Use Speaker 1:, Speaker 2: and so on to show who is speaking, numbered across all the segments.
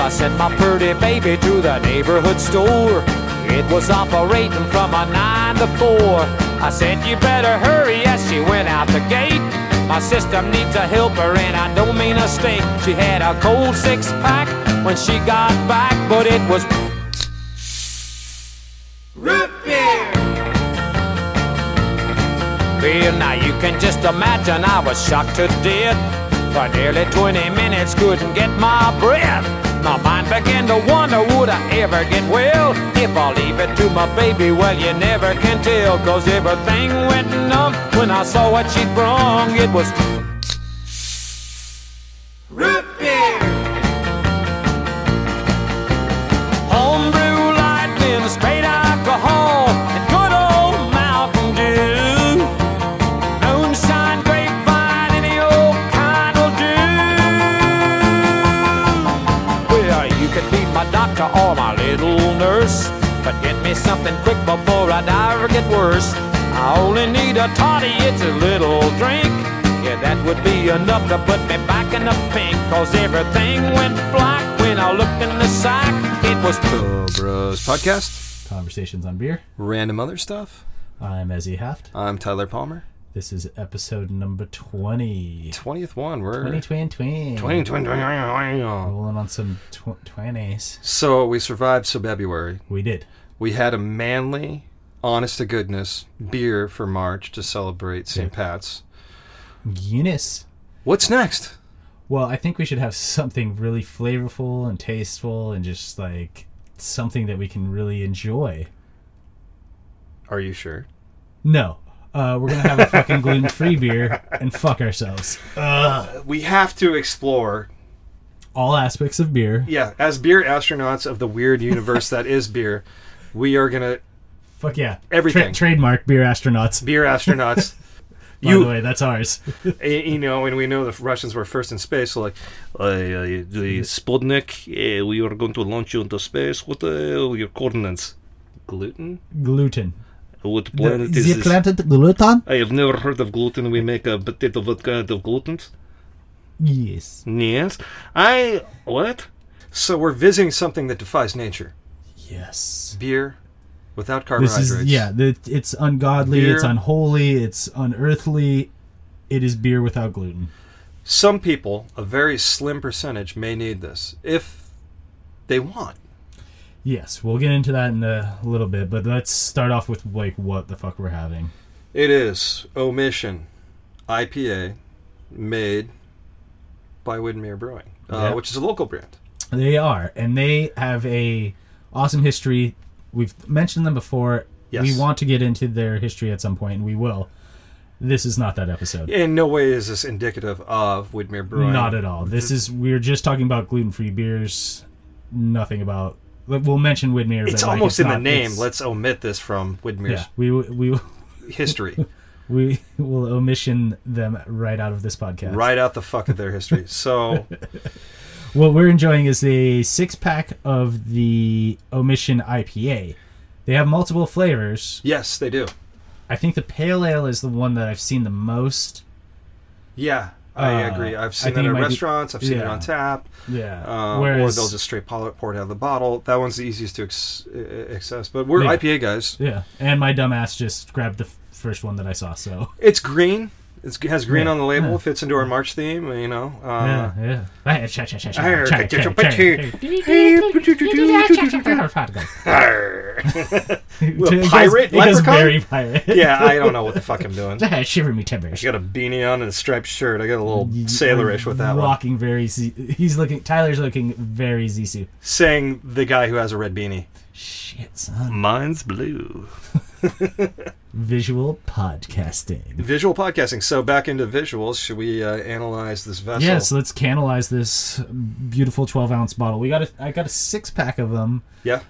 Speaker 1: I sent my pretty baby to the neighborhood store. It was operating from a nine to four. I said, You better hurry as she went out the gate. My sister needs a helper, and I don't mean a stink. She had a cold six pack when she got back, but it was root beer. Beer, now you can just imagine I was shocked to death. For nearly 20 minutes, couldn't get my breath. My mind began to wonder, would I ever get well? If I leave it to my baby, well, you never can tell. Cause everything went numb when I saw what she'd brung. It was root beer. Homebrew lightning, straight alcohol, and good old Mountain Dew. Moonshine, grapevine, any old kind will do. Well, you could be my doctor or my little nurse, but get me something quick before I die or get worse. I only need a toddy, it's a little drink. Yeah, that would be enough to put me back in the pink, cause everything went black when I looked in the sack. It was
Speaker 2: Bros Podcast,
Speaker 3: Conversations on Beer.
Speaker 2: random other stuff.
Speaker 3: I'm Ezzy Haft.
Speaker 2: I'm Tyler Palmer.
Speaker 3: This is episode number 20.
Speaker 2: 20th one. We're
Speaker 3: 20,
Speaker 2: 20, 20,
Speaker 3: 20, 20.
Speaker 2: 20, 20.
Speaker 3: Rolling on some tw- 20s.
Speaker 2: So we survived February.
Speaker 3: We did.
Speaker 2: We had a manly, honest to goodness beer for March to celebrate St. Pat's.
Speaker 3: Eunice.
Speaker 2: What's next?
Speaker 3: Well, I think we should have something really flavorful and tasteful and just like something that we can really enjoy.
Speaker 2: Are you sure?
Speaker 3: No. Uh, we're going to have a fucking gluten free beer and fuck ourselves.
Speaker 2: We have to explore,
Speaker 3: All aspects of beer.
Speaker 2: yeah, as beer astronauts of the weird universe that is beer, we are going to,
Speaker 3: Fuck yeah.
Speaker 2: Everything.
Speaker 3: trademark beer astronauts.
Speaker 2: beer astronauts.
Speaker 3: By
Speaker 2: you-
Speaker 3: the way, that's ours.
Speaker 2: Y- you know, and we know the Russians were first in space, so like, uh, uh, the Sputnik, uh, we are going to launch you into space. What are your coordinates? Gluten?
Speaker 3: gluten.
Speaker 2: What planet is this?
Speaker 3: gluten?
Speaker 2: I have never heard of gluten. We make a potato. What kind of gluten?
Speaker 3: Yes.
Speaker 2: Yes. I. What? So we're visiting something that defies nature.
Speaker 3: Yes.
Speaker 2: Beer without
Speaker 3: This
Speaker 2: carbohydrates.
Speaker 3: is yeah. The, it's ungodly. It's
Speaker 2: Beer.
Speaker 3: unholy. It's unearthly. It is beer without gluten.
Speaker 2: Some people, a very slim percentage, may need this if they want.
Speaker 3: Yes, we'll get into that in a little bit, but let's start off with like what the fuck we're having.
Speaker 2: It is Omission IPA made by Widmere Brewing, uh,
Speaker 3: Yeah.
Speaker 2: which is a local brand.
Speaker 3: They are, and they have a awesome history. We've mentioned them before.
Speaker 2: Yes.
Speaker 3: We want to get into their history at some point, and we will. This is not that episode.
Speaker 2: In no way is this indicative of Widmere Brewing.
Speaker 3: Not at all. This is we're just talking about gluten-free beers. Nothing about. We'll mention Widmere.
Speaker 2: It's
Speaker 3: but like,
Speaker 2: almost
Speaker 3: it's
Speaker 2: in
Speaker 3: not-
Speaker 2: the name.
Speaker 3: it's-
Speaker 2: Let's omit this from
Speaker 3: Yeah,
Speaker 2: Widmere's
Speaker 3: we we
Speaker 2: history.
Speaker 3: we will omission them right out of this podcast.
Speaker 2: right out the fuck of their history. So
Speaker 3: What we're enjoying is a six pack of the omission IPA. They have multiple flavors.
Speaker 2: yes, they do.
Speaker 3: I think the pale ale is the one that I've seen the most.
Speaker 2: Yeah, I
Speaker 3: Uh,
Speaker 2: agree.
Speaker 3: I
Speaker 2: I've seen
Speaker 3: think
Speaker 2: it
Speaker 3: it
Speaker 2: at
Speaker 3: might be-
Speaker 2: restaurants. I've seen it
Speaker 3: yeah.
Speaker 2: on tap.
Speaker 3: Yeah.
Speaker 2: Uh, or they'll just straight pol- pour it out of the bottle. That one's the easiest to ex- uh, access. But we're
Speaker 3: Yeah.
Speaker 2: IPA guys.
Speaker 3: yeah, and my dumbass just grabbed the f- first one that I saw. So
Speaker 2: It's green. It's, it has green
Speaker 3: Yeah.
Speaker 2: on the label.
Speaker 3: Yeah.
Speaker 2: Fits into our March theme. You know.
Speaker 3: yeah,
Speaker 2: Uh,
Speaker 3: yeah. Right, check, check, check, check,
Speaker 2: Arr,
Speaker 3: check,
Speaker 2: get your
Speaker 3: check,
Speaker 2: pitchy.
Speaker 3: check, check.
Speaker 2: Arr.
Speaker 3: It goes-
Speaker 2: pirate
Speaker 3: It goes
Speaker 2: leprechaun?
Speaker 3: very pirate.
Speaker 2: yeah, I don't know what the fuck I'm doing. I
Speaker 3: Shiver me timbers.
Speaker 2: got a beanie on and a striped shirt. I got a little sailorish with that one.
Speaker 3: Walking very, Z- he's looking. Tyler's looking very Zisu.
Speaker 2: Saying the guy who has a red beanie.
Speaker 3: Shit, son.
Speaker 2: Mine's blue.
Speaker 3: Visual podcasting.
Speaker 2: Visual podcasting. So back into visuals. Should we uh, analyze this vessel?
Speaker 3: Yeah, so let's canalize this beautiful twelve ounce bottle. We got a, I got a six pack of them.
Speaker 2: Yeah.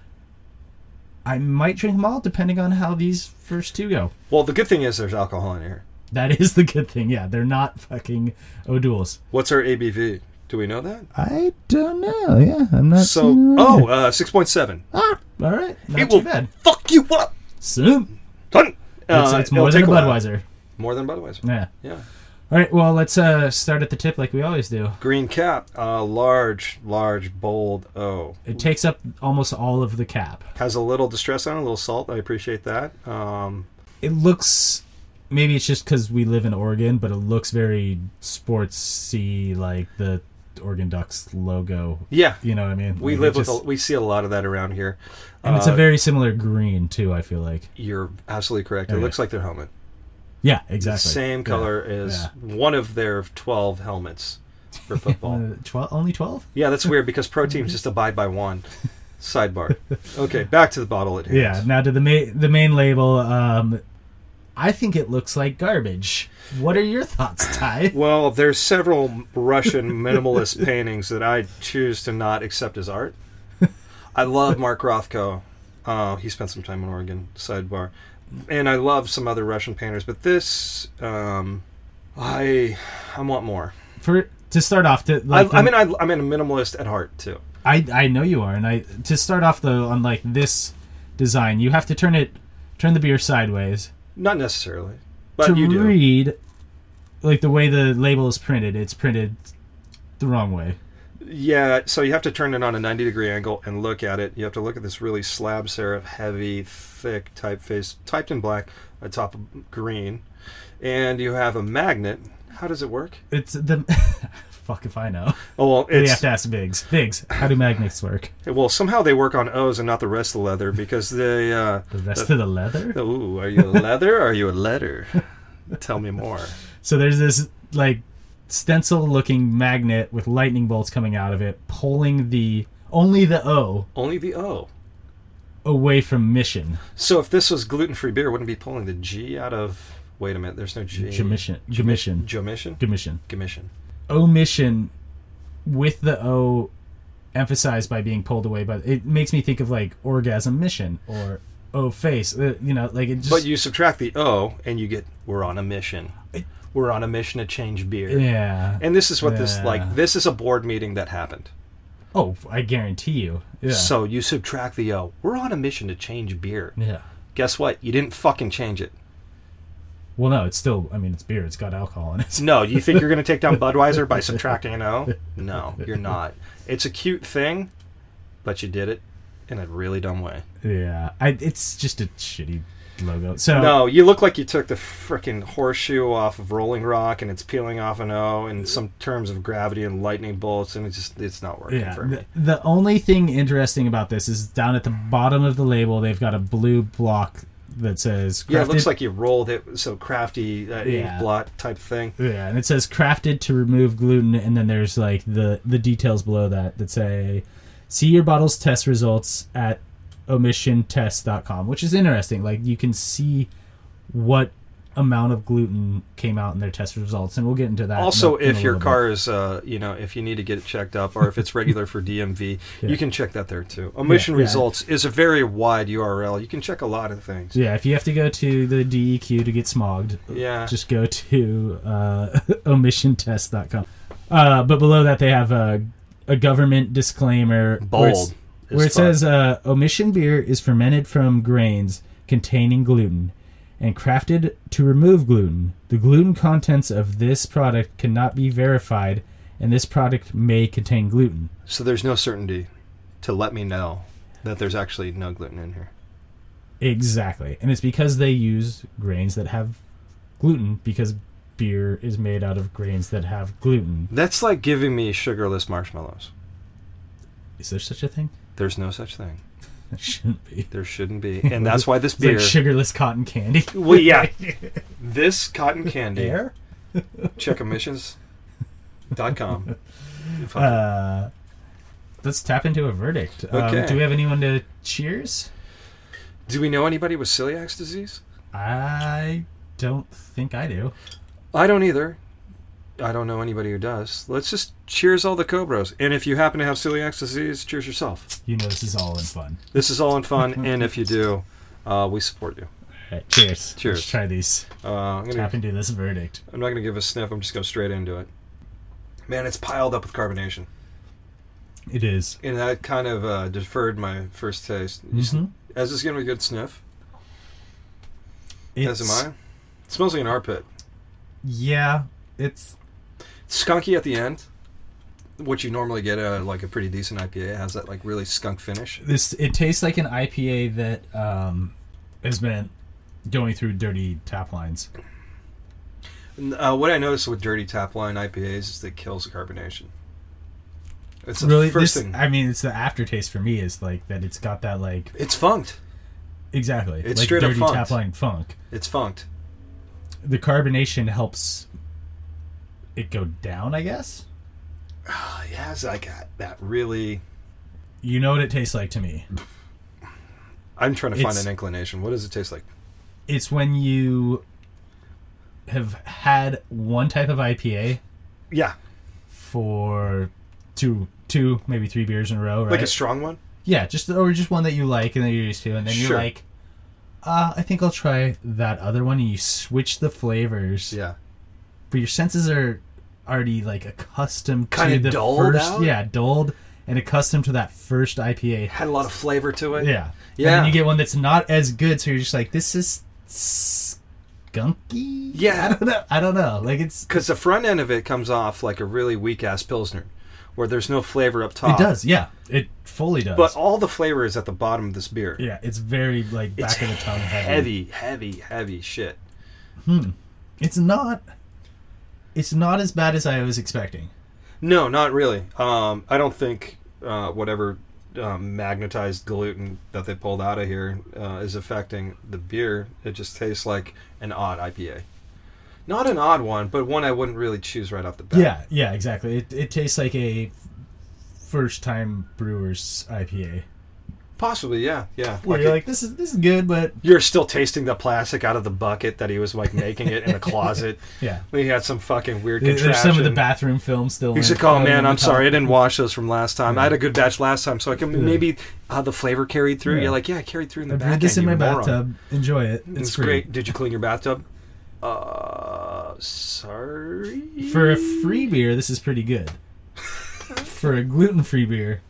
Speaker 3: I might drink them all, depending on how these first two go.
Speaker 2: Well, the good thing is there's alcohol in here.
Speaker 3: That is the good thing. Yeah, they're not fucking O'Douls.
Speaker 2: What's our ABV? Do we know that?
Speaker 3: I don't know. Yeah, I'm not
Speaker 2: So, oh, uh, 6.7.
Speaker 3: ah, all right, not
Speaker 2: It
Speaker 3: too
Speaker 2: will
Speaker 3: bad.
Speaker 2: fuck you up.
Speaker 3: Soon,
Speaker 2: Done.
Speaker 3: it's,
Speaker 2: Uh,
Speaker 3: it's
Speaker 2: it'll
Speaker 3: more than a
Speaker 2: take while.
Speaker 3: Budweiser.
Speaker 2: More than Budweiser.
Speaker 3: Yeah.
Speaker 2: Yeah.
Speaker 3: All right, well, let's uh, start at the tip like we always do.
Speaker 2: Green cap, uh, large, large, bold O.
Speaker 3: It takes up almost all of the cap.
Speaker 2: Has a little distress on it, a little salt. I appreciate that. Um,
Speaker 3: It looks maybe it's just because we live in Oregon, but it looks very sportsy, like the Oregon Ducks logo.
Speaker 2: yeah,
Speaker 3: You know what I mean?
Speaker 2: we
Speaker 3: Like, it
Speaker 2: live with,
Speaker 3: just-
Speaker 2: a, we see a lot of that around here.
Speaker 3: and it's
Speaker 2: uh,
Speaker 3: a very similar green too. I feel like.
Speaker 2: You're absolutely correct. It
Speaker 3: Okay.
Speaker 2: looks like their helmet.
Speaker 3: Yeah, exactly.
Speaker 2: Same
Speaker 3: Yeah.
Speaker 2: color as one of their 12 helmets for football.
Speaker 3: Uh, twelve? Only twelve?
Speaker 2: Yeah, that's weird because pro teams just abide by one. Sidebar. Okay, back to the bottle at hand.
Speaker 3: Yeah. Now to the main the main label. Um, I think it looks like garbage. What are your thoughts, Ty?
Speaker 2: Well, there's several Russian minimalist paintings that I choose to not accept as art. I love Mark Rothko. Uh, he spent some time in Oregon. Sidebar, and I love some other Russian painters, but this, um, I, I want more.
Speaker 3: For to start off, to
Speaker 2: I,
Speaker 3: like
Speaker 2: I
Speaker 3: the-
Speaker 2: mean, I, I'm a minimalist at heart too.
Speaker 3: I I know you are, and I to start off though on like this design, you have to turn it turn the beer sideways
Speaker 2: Not necessarily, but
Speaker 3: to
Speaker 2: you do.
Speaker 3: read like the way the label is printed. It's printed the wrong way.
Speaker 2: Yeah, so you have to turn it on a 90 degree angle and look at it. You have to look at this really slab serif, heavy, thick typeface, typed in black, atop of green. And you have a magnet. How does it work?
Speaker 3: It's the fuck if I know.
Speaker 2: Oh, well,
Speaker 3: We have
Speaker 2: it's,
Speaker 3: to ask Biggs. Biggs, how do magnets work?
Speaker 2: well somehow they work on O's and not the rest of the leather because they. Uh,
Speaker 3: The rest of the leather.
Speaker 2: ooh, are you a leather or are you a letter? Tell me more.
Speaker 3: So there's this like stencil looking magnet with lightning bolts coming out of it, pulling the only the O
Speaker 2: Only the O.
Speaker 3: away from mission.
Speaker 2: So if this was gluten free beer, it wouldn't be pulling the G out of. Wait a minute, there's no G.
Speaker 3: Commission. Commission.
Speaker 2: Jomission?
Speaker 3: Commission.
Speaker 2: Commission.
Speaker 3: omission with the O emphasized by being pulled away, but it makes me think of like orgasm mission or O face. uh, You know, like it just
Speaker 2: But you subtract the O, and you get we're on a mission. We're on a mission to change beer.
Speaker 3: yeah.
Speaker 2: And this is what this
Speaker 3: Yeah.
Speaker 2: like. This is a board meeting that happened.
Speaker 3: oh, I guarantee you. Yeah.
Speaker 2: So you subtract the O. We're on a mission to change beer.
Speaker 3: yeah.
Speaker 2: Guess what? You didn't fucking change it.
Speaker 3: Well, no, it's still. I mean, it's beer. It's got alcohol in it.
Speaker 2: No, you think you're going to take down Budweiser by subtracting an O? No, you're not. It's a cute thing, but you did it in a really dumb way.
Speaker 3: yeah. I, it's just a shitty logo. So
Speaker 2: No, you look like you took the freaking horseshoe off of Rolling Rock, and it's peeling off an O, and some terms of gravity and lightning bolts, and it's just it's not working
Speaker 3: Yeah.
Speaker 2: for me.
Speaker 3: The, the only thing interesting about this is down at the bottom of the label, they've got a blue block that says
Speaker 2: Yeah, it looks
Speaker 3: crafted-
Speaker 2: like you rolled it so crafty uh,
Speaker 3: Yeah.
Speaker 2: ink blot type thing.
Speaker 3: Yeah, and it says crafted to remove gluten, and then there's like the the details below that that say, see your bottle's test results at omissiontest.com, which is interesting. Like you can see what amount of gluten came out in their test results, and we'll get into that. in a-
Speaker 2: Also,
Speaker 3: in a
Speaker 2: if your
Speaker 3: little
Speaker 2: car is, uh, you know, if you need to get it checked up or if it's regular for DMV,
Speaker 3: Yeah.
Speaker 2: you can check that there too. Omission
Speaker 3: yeah.
Speaker 2: results is a very wide URL. You can check a lot of things.
Speaker 3: bit. yeah, if you have to go to the DEQ to get smogged,
Speaker 2: Yeah.
Speaker 3: just go to uh, omissiontest.com. Uh, but below that, they have a, a government disclaimer. where it's-
Speaker 2: Bold. is
Speaker 3: where it
Speaker 2: fun.
Speaker 3: says uh, omission beer is fermented from grains containing gluten and crafted to remove gluten the gluten contents of this product cannot be verified and this product may contain gluten
Speaker 2: so there's no certainty to let me know that there's actually no gluten in here.
Speaker 3: exactly and it's because they use grains that have gluten because beer is made out of grains that have gluten
Speaker 2: That's like giving me sugarless marshmallows.
Speaker 3: is there such a thing
Speaker 2: There's no such thing.
Speaker 3: there shouldn't be
Speaker 2: There shouldn't be, and that's why this
Speaker 3: it's like
Speaker 2: beer.
Speaker 3: sugarless cotton candy
Speaker 2: well, yeah, this cotton candy.
Speaker 3: Beer?
Speaker 2: check emissions.com. If I-
Speaker 3: uh, let's tap into a verdict Um,
Speaker 2: Okay.
Speaker 3: do we have anyone to cheers
Speaker 2: Do we know anybody with celiac disease?
Speaker 3: I don't think I do.
Speaker 2: I don't either. I don't know anybody who does. Let's just cheers all the Cobras. And if you happen to have celiac disease, cheers yourself.
Speaker 3: You know, this is all in fun.
Speaker 2: This is all in fun, and if you do, uh, we support you.
Speaker 3: All right, cheers.
Speaker 2: Cheers.
Speaker 3: Let's try these.
Speaker 2: Uh, I'm, gonna,
Speaker 3: Tap into this verdict.
Speaker 2: I'm not going to give a sniff. I'm just going straight into it. Man, it's piled up with carbonation.
Speaker 3: It is.
Speaker 2: And that kind of uh, deferred my first taste. You s-
Speaker 3: Mhm.
Speaker 2: As it's getting a good sniff,
Speaker 3: It's,
Speaker 2: as am I. It smells like an armpit.
Speaker 3: Yeah,
Speaker 4: it's
Speaker 2: Skunky at the end, what you normally get a like a pretty decent IPA has that like really skunk finish.
Speaker 3: This it tastes like an IPA that um, has been going through dirty tap lines.
Speaker 2: And, uh, what I noticed with dirty tap line IPAs is that it kills the carbonation. It's the
Speaker 3: really,
Speaker 2: first
Speaker 3: this
Speaker 2: thing.
Speaker 3: I mean, it's the aftertaste for me is like that. It's got that like
Speaker 2: it's funked.
Speaker 3: exactly
Speaker 2: It's
Speaker 3: like
Speaker 2: straight up
Speaker 3: dirty
Speaker 2: funked.
Speaker 3: tap line funk.
Speaker 2: It's funked.
Speaker 3: The carbonation helps it go down. I guess
Speaker 2: Oh, it has like a- that really.
Speaker 3: you know what it tastes like to me.
Speaker 2: I'm trying to find
Speaker 3: It's-
Speaker 2: an inclination. What does it taste like?
Speaker 3: It's when you have had one type of IPA
Speaker 2: Yeah,
Speaker 3: for two, two, maybe three beers in a row, right?
Speaker 2: like a strong one.
Speaker 3: Yeah, just or just one that you like and that you're used to, and then
Speaker 2: Sure.
Speaker 3: you're like, uh, I think I'll try that other one, and you switch the flavors.
Speaker 2: Yeah,
Speaker 3: But your senses are already like accustomed
Speaker 2: Kinda
Speaker 3: to the
Speaker 2: dulled
Speaker 3: first,
Speaker 2: out?
Speaker 3: yeah, dulled and accustomed to that first IPA.
Speaker 2: had a lot of flavor to it.
Speaker 3: Yeah, And
Speaker 2: Yeah.
Speaker 3: then you get one that's not as good, so you're just like, this is skunky.
Speaker 2: Yeah.
Speaker 3: I don't know. I don't know. Like it's
Speaker 2: because the front end of it comes off like a really weak ass pilsner, where there's no flavor up
Speaker 3: it
Speaker 2: top.
Speaker 3: does. Yeah, it fully does.
Speaker 2: but all the flavor is at the bottom of this beer.
Speaker 3: yeah, it's very like back
Speaker 2: It's
Speaker 3: of the tongue
Speaker 2: Heavy, heavy, heavy shit.
Speaker 3: It's not. It's not as bad as I was expecting.
Speaker 2: No, not really. Um, I don't think uh, whatever um, magnetized gluten that they pulled out of here uh, is affecting the beer. It just tastes like an odd IPA. Not an odd one, but one I wouldn't really choose right off the bat.
Speaker 3: Yeah, yeah, exactly. It, it tastes like a first time brewer's IPA.
Speaker 2: Possibly, yeah, yeah.
Speaker 3: Where
Speaker 2: Like
Speaker 3: you're
Speaker 2: it-
Speaker 3: like, this is this is good, but
Speaker 2: you're still tasting the plastic out of the bucket that he was like making it in the closet.
Speaker 3: yeah,
Speaker 2: He had some fucking weird
Speaker 3: There-
Speaker 2: contraption.
Speaker 3: there's some of the bathroom film still.
Speaker 2: He
Speaker 3: in
Speaker 2: said,
Speaker 3: it,
Speaker 2: "Oh
Speaker 3: floating
Speaker 2: man,
Speaker 3: on
Speaker 2: I'm
Speaker 3: the top."
Speaker 2: sorry, I didn't wash those from last time. I had a good batch last time, so I can maybe uh, the flavor carried through."
Speaker 3: Yeah.
Speaker 2: You're like, "Yeah, it carried through in the
Speaker 3: I
Speaker 2: back."
Speaker 3: brewed this in
Speaker 2: end,
Speaker 3: my
Speaker 2: you moron."
Speaker 3: bathtub. Enjoy it. It's,
Speaker 2: It's
Speaker 3: free.
Speaker 2: great. Did you clean your bathtub? Uh, sorry.
Speaker 3: for a free beer. This is pretty good. for a gluten free beer.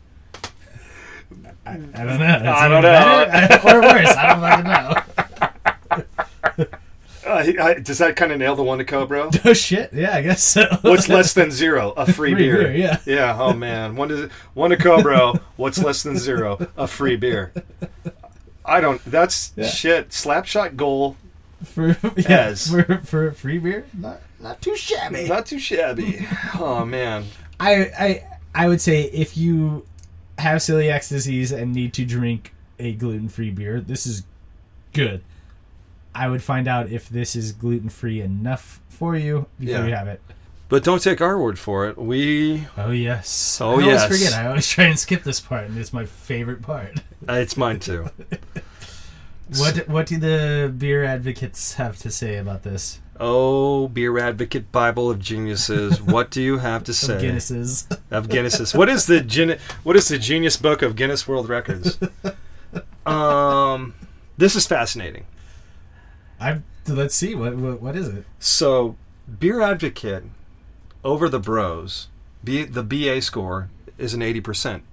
Speaker 3: I, I don't know. That's
Speaker 2: I don't
Speaker 3: even better- or worse. I don't fucking know.
Speaker 2: Uh, he- I- does that kind of nail the one to Cobra?
Speaker 3: Oh shit. Yeah, I guess so.
Speaker 2: What's less than zero? A free,
Speaker 3: Free
Speaker 2: beer.
Speaker 3: beer, yeah.
Speaker 2: Yeah. Oh man, one to one to Cobra. What's less than zero? A free beer. I don't. That's
Speaker 3: Yeah.
Speaker 2: shit. Slapshot goal.
Speaker 3: for yeah,
Speaker 2: Yes.
Speaker 3: for, for a free beer? Not not too shabby.
Speaker 2: Not too shabby. Oh man.
Speaker 3: I I I would say if you have celiac disease and need to drink a gluten-free beer, this is good. I would find out if this is gluten-free enough for you before
Speaker 2: Yeah.
Speaker 3: you have it.
Speaker 2: But don't take our word for it. We
Speaker 3: Oh yes.
Speaker 2: Oh,
Speaker 3: I
Speaker 2: yes.
Speaker 3: always forget. I always try and skip this part, and it's my favorite part.
Speaker 2: uh, it's mine too.
Speaker 3: What what do the beer advocates have to say about this?
Speaker 2: Oh, beer advocate Bible of geniuses, what do you have to say
Speaker 3: Of Guinnesses.
Speaker 2: of Guinnesses? What is the gen- what is the genius book of Guinness World Records? Um, this is fascinating.
Speaker 3: I let's see what what, what is it?
Speaker 2: So, beer advocate over the Bros, B- the BA score is an eighty percent.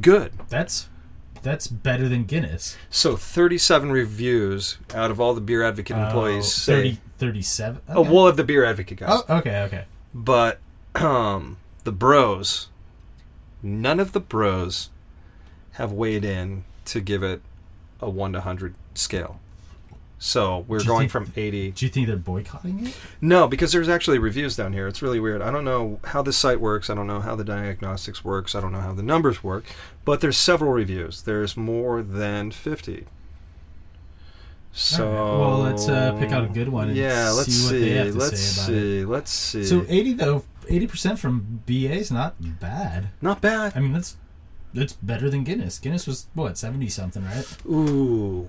Speaker 2: Good.
Speaker 3: That's that's better than Guinness.
Speaker 2: So, thirty-seven reviews out of all the beer advocate employees
Speaker 3: Oh,
Speaker 2: say.
Speaker 3: 30, 37?
Speaker 2: Oh,
Speaker 3: Okay.
Speaker 2: we'll have the beer advocate guys.
Speaker 3: Oh, okay, okay.
Speaker 2: but um, the bros, none of the bros have weighed in to give it a one to hundred scale. So we're
Speaker 3: Do you
Speaker 2: going
Speaker 3: think-
Speaker 2: from eighty.
Speaker 3: Do you think they're boycotting it?
Speaker 2: No, because there's actually reviews down here. It's really weird. I don't know how this site works. I don't know how the diagnostics works. I don't know how the numbers work. But there's several reviews. There's more than fifty. So
Speaker 3: Alright, well, let's, uh, pick out a good one and
Speaker 2: Yeah, let's
Speaker 3: see what
Speaker 2: see.
Speaker 3: they have to
Speaker 2: let's
Speaker 3: say about
Speaker 2: see. Let's see.
Speaker 3: So 80 though, 80% from BA is not bad.
Speaker 2: Not bad.
Speaker 3: I mean, that's that's better than Guinness. Guinness was what, 70 something, right?
Speaker 2: Ooh.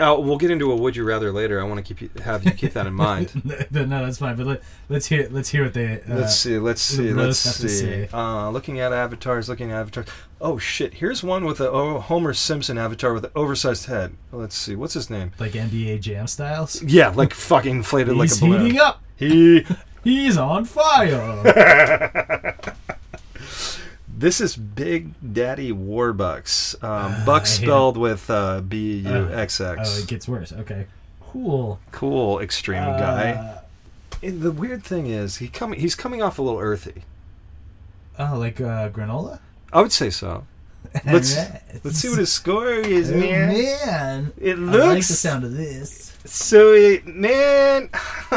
Speaker 2: Oh, we'll get into a would you rather later. I want to keep you, have you keep that in mind.
Speaker 3: no, no, that's fine, but let, let's hear let's hear what they uh,
Speaker 2: let's see. Let's see.
Speaker 3: the
Speaker 2: Let's
Speaker 3: most have to
Speaker 2: see.
Speaker 3: say.
Speaker 2: Uh, looking at avatars. Looking at avatars. Oh shit! Here's one with a oh, Homer Simpson avatar with an oversized head. Let's see. What's his name?
Speaker 3: like NBA Jam styles.
Speaker 2: Yeah, like fucking inflated like a
Speaker 3: He's
Speaker 2: balloon.
Speaker 3: heating up.
Speaker 2: He.
Speaker 3: He's on fire.
Speaker 2: This is Big Daddy Warbucks. Um, Bucks
Speaker 3: I hate
Speaker 2: spelled with uh, B U X
Speaker 3: Ah, oh, Uh, it
Speaker 2: X.
Speaker 3: gets worse. Okay. Cool.
Speaker 2: Cool extreme guy.
Speaker 3: Uh,
Speaker 5: And the weird thing is, he coming he's coming off a little earthy.
Speaker 3: Oh, like uh, granola.
Speaker 5: I would say so. Let's
Speaker 3: Alright.
Speaker 5: let's see what his score is,
Speaker 3: Oh,
Speaker 5: man.
Speaker 3: man.
Speaker 5: It
Speaker 3: I like
Speaker 5: looks
Speaker 3: the sound of this.
Speaker 5: so. It, man,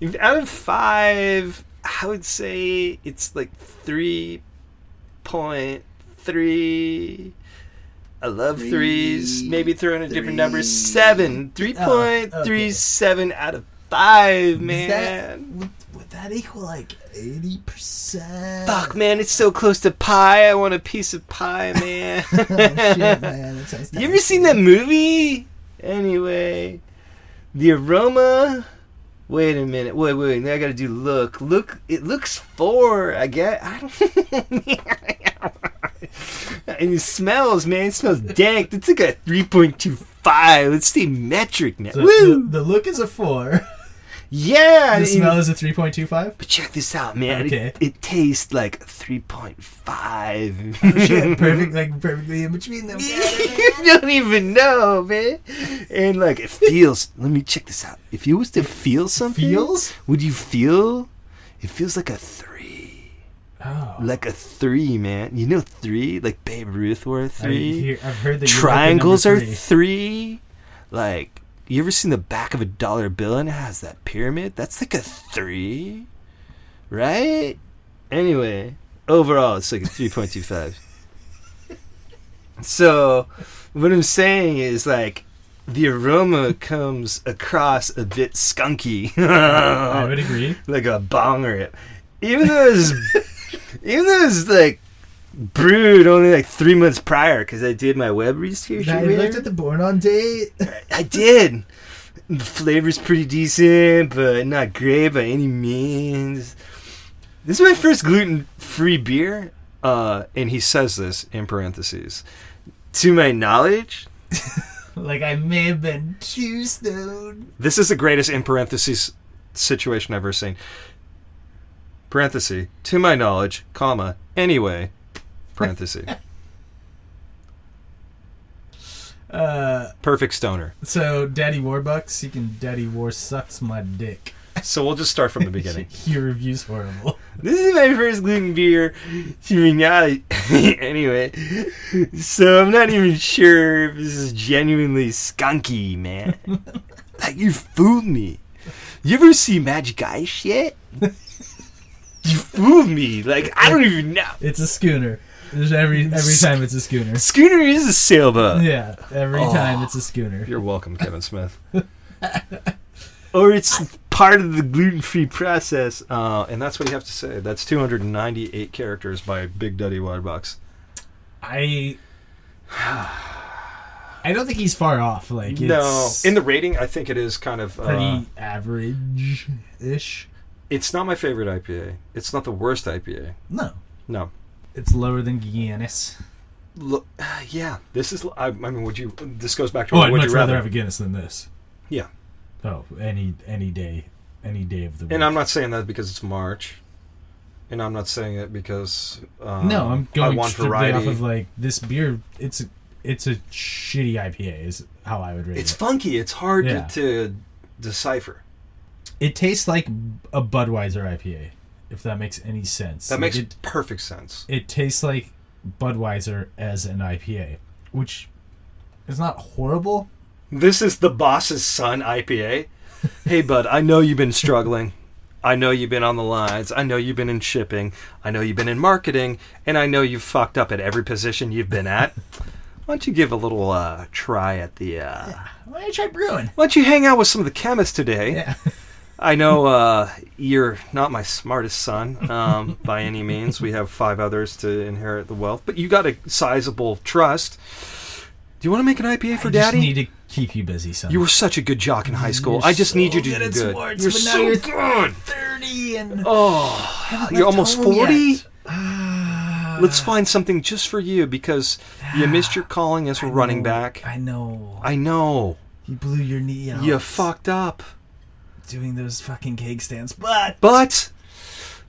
Speaker 5: If out of five, I would say it's like three point three. I love threes.
Speaker 3: Three,
Speaker 5: Maybe throw in a different number.
Speaker 3: three.
Speaker 5: Seven. Three point three seven out of five,
Speaker 3: Ah,
Speaker 5: man.
Speaker 3: Is that, would, would that equal like eighty percent?
Speaker 5: Fuck, man, it's so close to pie. I want a piece of pie, man.
Speaker 3: oh, shit, man. That sounds
Speaker 5: you ever seen that movie? Anyway, the aroma. Wait a minute. Wait, wait. wait. Now I gotta do look. Look. It looks four. I get. I don't. and it smells, man. It smells dank. It's like a three point two five. Let's say metric, man.
Speaker 3: The,
Speaker 5: Woo!
Speaker 3: the, the look is a four.
Speaker 5: yeah.
Speaker 3: The
Speaker 5: and-
Speaker 3: smell is a three point two five.
Speaker 5: but check this out, man.
Speaker 3: Okay.
Speaker 5: It, it tastes like three point five.
Speaker 3: Oh, Shit, perfect, like perfectly in between them.
Speaker 5: you don't even know, man. And like it feels. let me check this out. If you was to feel something,
Speaker 3: Feels?
Speaker 5: would you feel? It feels like a three,
Speaker 3: Oh,
Speaker 5: like a three, man. You know three, like Babe Ruth were a
Speaker 3: I
Speaker 5: three.
Speaker 3: hear, I've heard that you like the
Speaker 5: Triangles
Speaker 3: number
Speaker 5: are
Speaker 3: three.
Speaker 5: three. Like you ever seen the back of a dollar bill and it has that pyramid? That's like a three, right? Anyway, overall, it's like a three point two five. So, what I'm saying is like the aroma comes across a bit skunky,
Speaker 3: I would agree.
Speaker 5: like a bong rip. Even though it's even though it's like brewed only like three months prior because I did my web research.
Speaker 3: I
Speaker 5: earlier.
Speaker 3: looked at the born on date.
Speaker 5: I did. The flavor's pretty decent, but not great by any means. This is my first gluten-free beer, uh, and he says this in parentheses. To my knowledge,
Speaker 3: Like I may have been too stoned.
Speaker 5: This is the greatest in parentheses situation I've ever seen. Parenthesis, to my knowledge, comma, anyway, parenthesis.
Speaker 3: Uh,
Speaker 5: Perfect stoner.
Speaker 3: so Daddy Warbucks, you can Daddy War sucks my dick.
Speaker 5: So we'll just start from the beginning.
Speaker 3: Your review's horrible.
Speaker 5: this is my first gluten beer. To my knowledge, anyway. So I'm not even sure if this is genuinely skunky, man. like, you fooled me. You ever see Magic Ice yet? you fooled me. Like, I don't even know.
Speaker 3: It's a schooner. There's every every time it's a schooner.
Speaker 5: Schooner is a sailboat.
Speaker 3: Yeah, every
Speaker 5: Oh.
Speaker 3: time it's a schooner.
Speaker 5: You're welcome, Kevin Smith. or it's part of the gluten-free process, uh, and that's what you have to say. That's 298 characters by Big Daddy Waterbox.
Speaker 3: I I don't think he's far off. Like it's
Speaker 5: No, in the rating, I think it is kind of.
Speaker 3: pretty
Speaker 5: Uh,
Speaker 3: average ish.
Speaker 5: it's not my favorite IPA. It's not the worst IPA.
Speaker 3: No,
Speaker 5: No.
Speaker 3: it's lower than Guinness.
Speaker 5: Look, yeah, this is. I, I mean, would you? This goes back to
Speaker 3: Oh, I'd
Speaker 5: would
Speaker 3: much
Speaker 5: you
Speaker 3: rather have a Guinness than this.
Speaker 5: Yeah,
Speaker 3: Oh, any any day, any day of the week.
Speaker 5: and I'm not saying that because it's March, and I'm not saying it because. Um,
Speaker 3: no, I'm going
Speaker 5: I want
Speaker 3: strictly
Speaker 5: variety.
Speaker 3: off of like this beer. It's a, it's a shitty IPA. Is how I would rate
Speaker 5: It's
Speaker 3: it.
Speaker 5: funky. It's hard
Speaker 3: Yeah.
Speaker 5: to, to decipher.
Speaker 3: It tastes like a Budweiser IPA, if that makes any sense.
Speaker 5: That
Speaker 3: Like,
Speaker 5: makes
Speaker 3: it,
Speaker 5: perfect sense.
Speaker 3: it tastes like Budweiser as an IPA, which is not horrible.
Speaker 5: This is the boss's son IPA. hey, bud, I know you've been struggling. I know you've been on the lines. I know you've been in shipping. I know you've been in marketing. And I know you've fucked up at every position you've been at. Why don't you give a little uh, try at the. Uh,
Speaker 3: Why don't you try brewing?
Speaker 5: why don't you hang out with some of the chemists today?
Speaker 3: Yeah.
Speaker 5: I know uh, you're not my smartest son um, by any means. We have five others to inherit the wealth, but you got a sizable trust. Do you want to make an IPA for
Speaker 3: I
Speaker 5: Daddy?
Speaker 3: Just need to keep you busy, son.
Speaker 5: you were such a good jock in high school.
Speaker 3: You're
Speaker 5: I just need
Speaker 3: so
Speaker 5: you to
Speaker 3: good
Speaker 5: do
Speaker 3: at
Speaker 5: good.
Speaker 3: sports,
Speaker 5: you're
Speaker 3: but now
Speaker 5: so
Speaker 3: you're-
Speaker 5: good.
Speaker 3: thirty and
Speaker 5: Oh, you're almost
Speaker 3: home yet.
Speaker 5: forty.
Speaker 3: Ah,
Speaker 5: Let's find something just for you because you missed your calling as a running back.
Speaker 3: I know.
Speaker 5: I know
Speaker 3: you blew your knee out.
Speaker 5: you fucked up,
Speaker 3: doing those fucking cake stands, but
Speaker 5: but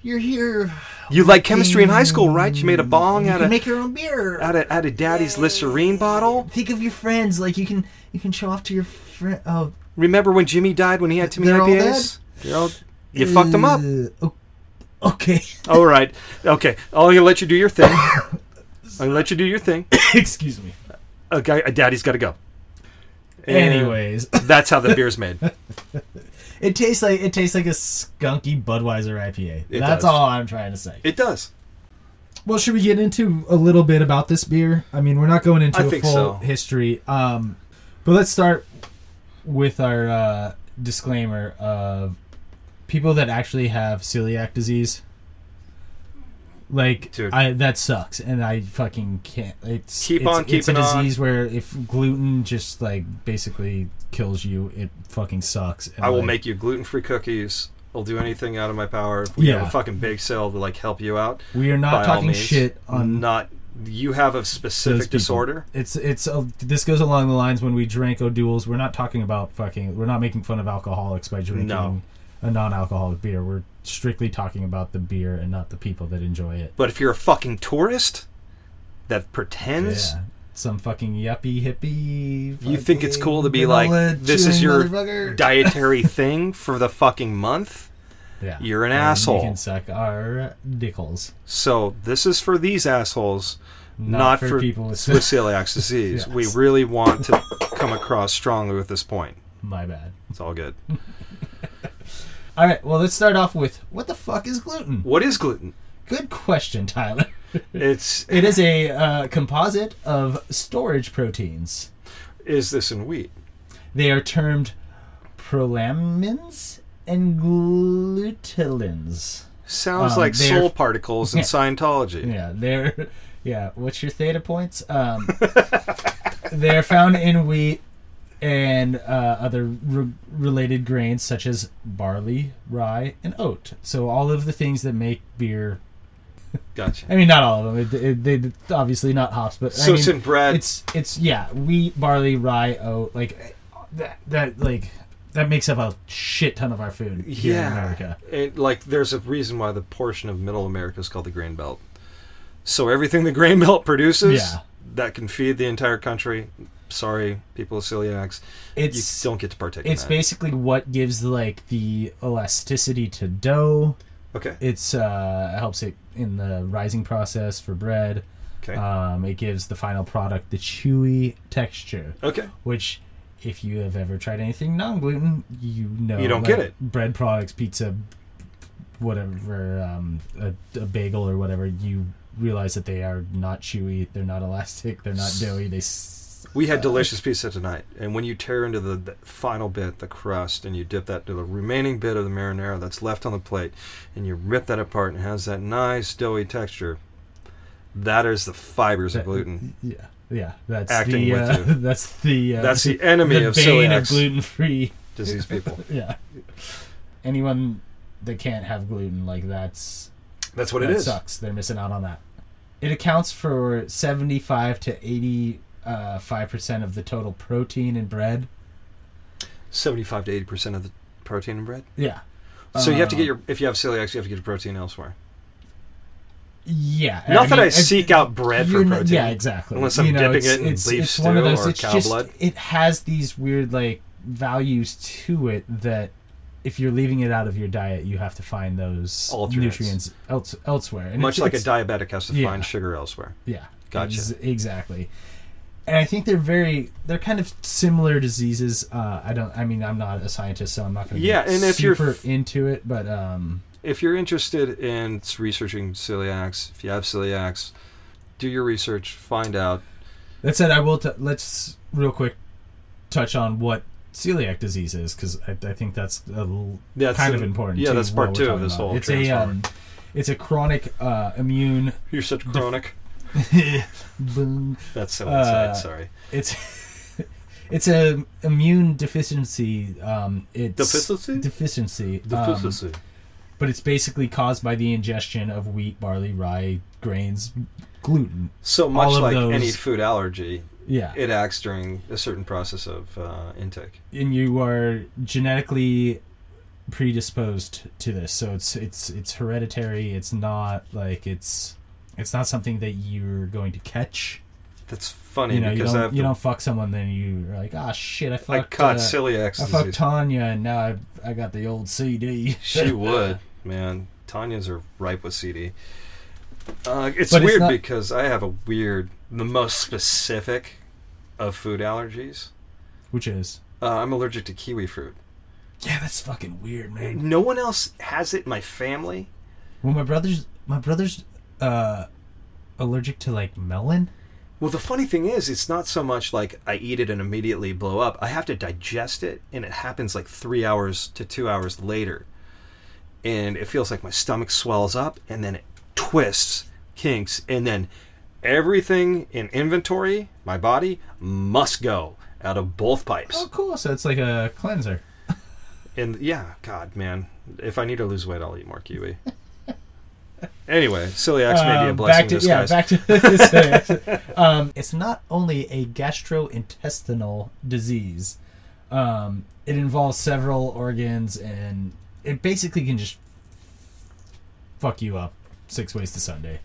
Speaker 3: you're here.
Speaker 5: you like chemistry in high school, right? You made a bong
Speaker 3: Mm. You
Speaker 5: out
Speaker 3: can
Speaker 5: of
Speaker 3: make your own beer.
Speaker 5: out of out of Daddy's Listerine bottle.
Speaker 3: Think of your friends. Like you can, you can show off to your friend. Oh,
Speaker 5: Remember when Jimmy died when he had too many
Speaker 3: They're all
Speaker 5: IPAs? They're all You fucked him up.
Speaker 3: Uh, o- Okay.
Speaker 5: All right. Okay. Oh, I'm going to let you do your thing. I'm going to let you do your thing.
Speaker 3: Excuse me.
Speaker 5: Okay. uh, Daddy's got to go. And
Speaker 3: Anyways,
Speaker 5: That's how the beer's made.
Speaker 3: it tastes like it tastes like a skunky Budweiser IPA.
Speaker 5: It
Speaker 3: That's
Speaker 5: does.
Speaker 3: all I'm trying to say.
Speaker 5: It does.
Speaker 3: Well, should we get into a little bit about this beer? I mean, we're not going into
Speaker 5: I
Speaker 3: a
Speaker 5: think
Speaker 3: full
Speaker 5: so.
Speaker 3: history, um, but let's start with our uh, disclaimer of people that actually have celiac disease. Like,
Speaker 5: Dude.
Speaker 3: I, that sucks, and I fucking can't. It's,
Speaker 5: Keep
Speaker 3: it's,
Speaker 5: on
Speaker 3: It's a
Speaker 5: keeping on.
Speaker 3: disease where if gluten just like basically kills you, it fucking sucks. And,
Speaker 5: I will
Speaker 3: like,
Speaker 5: make you gluten free cookies. I'll do anything out of my power. If we have
Speaker 3: Yeah.
Speaker 5: a fucking bake sale to like help you out,
Speaker 3: We are not
Speaker 5: by all
Speaker 3: talking
Speaker 5: means.
Speaker 3: shit on
Speaker 5: not you have a
Speaker 3: those
Speaker 5: specific
Speaker 3: people.
Speaker 5: disorder.
Speaker 3: It's it's uh, this goes along the lines when we drank O'Doul's. We're not talking about fucking. We're not making fun of alcoholics by drinking
Speaker 5: No.
Speaker 3: a non-alcoholic beer. We're strictly talking about the beer and not the people that enjoy it.
Speaker 5: But if you're a fucking tourist that pretends
Speaker 3: Yeah. Some fucking yuppie hippie.
Speaker 5: you think it's
Speaker 3: fucking
Speaker 5: cool to be like
Speaker 3: vanilla
Speaker 5: this is
Speaker 3: chewing
Speaker 5: your
Speaker 3: motherfucker.
Speaker 5: dietary thing for the fucking month,
Speaker 3: yeah.
Speaker 5: you're an
Speaker 3: And
Speaker 5: asshole.
Speaker 3: You can suck our dickles.
Speaker 5: So this is for these assholes,
Speaker 3: Not,
Speaker 5: not,
Speaker 3: for, people with.
Speaker 5: with celiac disease. We
Speaker 3: Yes.
Speaker 5: really want to come across strongly with this point.
Speaker 3: my bad.
Speaker 5: It's all good.
Speaker 3: All right. Well, let's start off with what the fuck is gluten.
Speaker 5: What is gluten?
Speaker 3: Good question, Tyler.
Speaker 5: It's
Speaker 3: It is a uh, composite of storage proteins.
Speaker 5: is this in wheat?
Speaker 3: They are termed prolamins and glutelins.
Speaker 5: Sounds
Speaker 3: Um,
Speaker 5: like
Speaker 3: they're-
Speaker 5: soul particles in Scientology.
Speaker 3: Yeah, they're yeah. What's your theta points? Um, they're found in wheat and uh, other re- related grains such as barley, rye, and oat. So all of the things that make beer.
Speaker 5: Gotcha.
Speaker 3: I mean, not all of them. It, it, they obviously not hops, but I
Speaker 5: So it's
Speaker 3: mean-
Speaker 5: in bread.
Speaker 3: it's it's yeah wheat barley rye oat like that that like that makes up a shit ton of our food here in america
Speaker 5: It, like there's a reason why the portion of middle America is called the grain belt. So everything the grain belt produces
Speaker 3: Yeah.
Speaker 5: that can feed the entire country. Sorry, people with celiacs,
Speaker 3: it's
Speaker 5: you don't get to partake
Speaker 3: it's
Speaker 5: in that.
Speaker 3: basically what gives like the elasticity to dough
Speaker 5: okay.
Speaker 3: it's uh helps it in the rising process for bread
Speaker 5: Okay.
Speaker 3: um it gives the final product the chewy texture
Speaker 5: okay.
Speaker 3: which if you have ever tried anything non-gluten you know
Speaker 5: You don't get it.
Speaker 3: bread products pizza whatever um, a, a bagel or whatever you realize that they are not chewy they're not elastic they're not doughy they s-
Speaker 5: We had delicious pizza tonight, and when you tear into the, the final bit, the crust, and you dip that to the remaining bit of the marinara that's left on the plate, and you rip that apart, and it has that nice doughy texture. That is the fibers of gluten.
Speaker 3: yeah yeah that's
Speaker 5: Acting
Speaker 3: the
Speaker 5: with
Speaker 3: uh,
Speaker 5: you.
Speaker 3: that's the uh,
Speaker 5: That's the enemy
Speaker 3: the
Speaker 5: of
Speaker 3: bane of
Speaker 5: celiac
Speaker 3: gluten free
Speaker 5: disease people.
Speaker 3: yeah anyone that can't have gluten like that's
Speaker 5: That's what
Speaker 3: that
Speaker 5: it is.
Speaker 3: sucks. They're missing out on that. It accounts for 75 to 85 percent of the total protein in bread.
Speaker 5: Seventy-five to eighty percent of the protein in bread.
Speaker 3: Yeah.
Speaker 5: So you have to
Speaker 3: Uh,
Speaker 5: get your if you have celiac, you have to get your protein elsewhere.
Speaker 3: Yeah.
Speaker 5: Not that
Speaker 3: mean,
Speaker 5: I
Speaker 3: it-
Speaker 5: seek out bread for
Speaker 3: you're not-
Speaker 5: protein.
Speaker 3: yeah, exactly.
Speaker 5: Unless I'm
Speaker 3: You know,
Speaker 5: dipping
Speaker 3: it's-
Speaker 5: it in
Speaker 3: it's-
Speaker 5: beef
Speaker 3: it's one of
Speaker 5: stew
Speaker 3: those-
Speaker 5: or
Speaker 3: it's
Speaker 5: cow
Speaker 3: just-
Speaker 5: blood.
Speaker 3: It has these weird like values to it that if you're leaving it out of your diet, you have to find those
Speaker 5: Alternates.
Speaker 3: nutrients else, elsewhere. And
Speaker 5: Much
Speaker 3: it's-
Speaker 5: like a
Speaker 3: it's-
Speaker 5: diabetic has to
Speaker 3: yeah.
Speaker 5: find sugar elsewhere.
Speaker 3: Yeah.
Speaker 5: Gotcha.
Speaker 3: Ex- exactly. And I think they're very they're kind of similar diseases. Uh, I don't I mean I'm not a scientist so I'm not going to
Speaker 5: Yeah, and if you're
Speaker 3: super
Speaker 5: f-
Speaker 3: into it but um
Speaker 5: if you're interested in researching celiacs, if you have celiacs, do your research, find out.
Speaker 3: that said I will t- let's real quick touch on what celiac disease is cuz I, I think that's a l-
Speaker 5: That's
Speaker 3: kind of
Speaker 5: an-
Speaker 3: important.
Speaker 5: yeah,
Speaker 3: to
Speaker 5: that's
Speaker 3: what
Speaker 5: part
Speaker 3: we're
Speaker 5: two of
Speaker 3: talking
Speaker 5: this
Speaker 3: about.
Speaker 5: whole
Speaker 3: It's a um, it's a chronic uh, immune
Speaker 5: You're such chronic.
Speaker 3: boom
Speaker 5: That's so
Speaker 3: Uh,
Speaker 5: inside. Sorry.
Speaker 3: it's it's a immune deficiency um it's
Speaker 5: Deficiency?
Speaker 3: deficiency um,
Speaker 5: Deficiency.
Speaker 3: but it's basically caused by the ingestion of wheat, barley, rye, grains, gluten.
Speaker 5: so much
Speaker 3: all of
Speaker 5: like
Speaker 3: those-
Speaker 5: any food allergy,
Speaker 3: Yeah.
Speaker 5: it acts during a certain process of uh, intake.
Speaker 3: and you are genetically predisposed to this. So it's it's it's hereditary. It's not like it's it's not something that you're going to catch.
Speaker 2: That's funny
Speaker 3: You know, you
Speaker 2: because I
Speaker 3: don't
Speaker 2: have
Speaker 3: you
Speaker 2: to-
Speaker 3: don't fuck someone, then you're like, ah, shit, I fucked.
Speaker 2: I caught
Speaker 3: uh,
Speaker 2: celiac
Speaker 3: I
Speaker 2: disease.
Speaker 3: fucked Tanya, and now I I got the old CD.
Speaker 2: She would, man. Tanya's are ripe with CD. Uh, it's
Speaker 3: But it's
Speaker 2: weird
Speaker 3: not-
Speaker 2: because I have a weird, the most specific of food allergies.
Speaker 3: Which is,
Speaker 2: Uh, I'm allergic to kiwi fruit.
Speaker 3: yeah, that's fucking weird, man.
Speaker 2: No one else has it in my family.
Speaker 3: Well, my brother's my brother's uh allergic to like melon.
Speaker 2: Well, the funny thing is, it's not so much like I eat it and immediately blow up. I have to digest it, and it happens like three hours to two hours later. And it feels like my stomach swells up, and then it twists, kinks, and then everything in inventory, my body, must go out of both pipes.
Speaker 3: Oh, cool. So it's like a cleanser.
Speaker 2: And yeah, God, man, if I need to lose weight, I'll eat more kiwi. anyway, celiac's may be a
Speaker 3: Um,
Speaker 2: blessing
Speaker 3: back
Speaker 2: in
Speaker 3: to yeah,
Speaker 2: disguise.
Speaker 3: back to this. um, it's not only a gastrointestinal disease. Um, it involves several organs, and it basically can just fuck you up six ways to Sunday.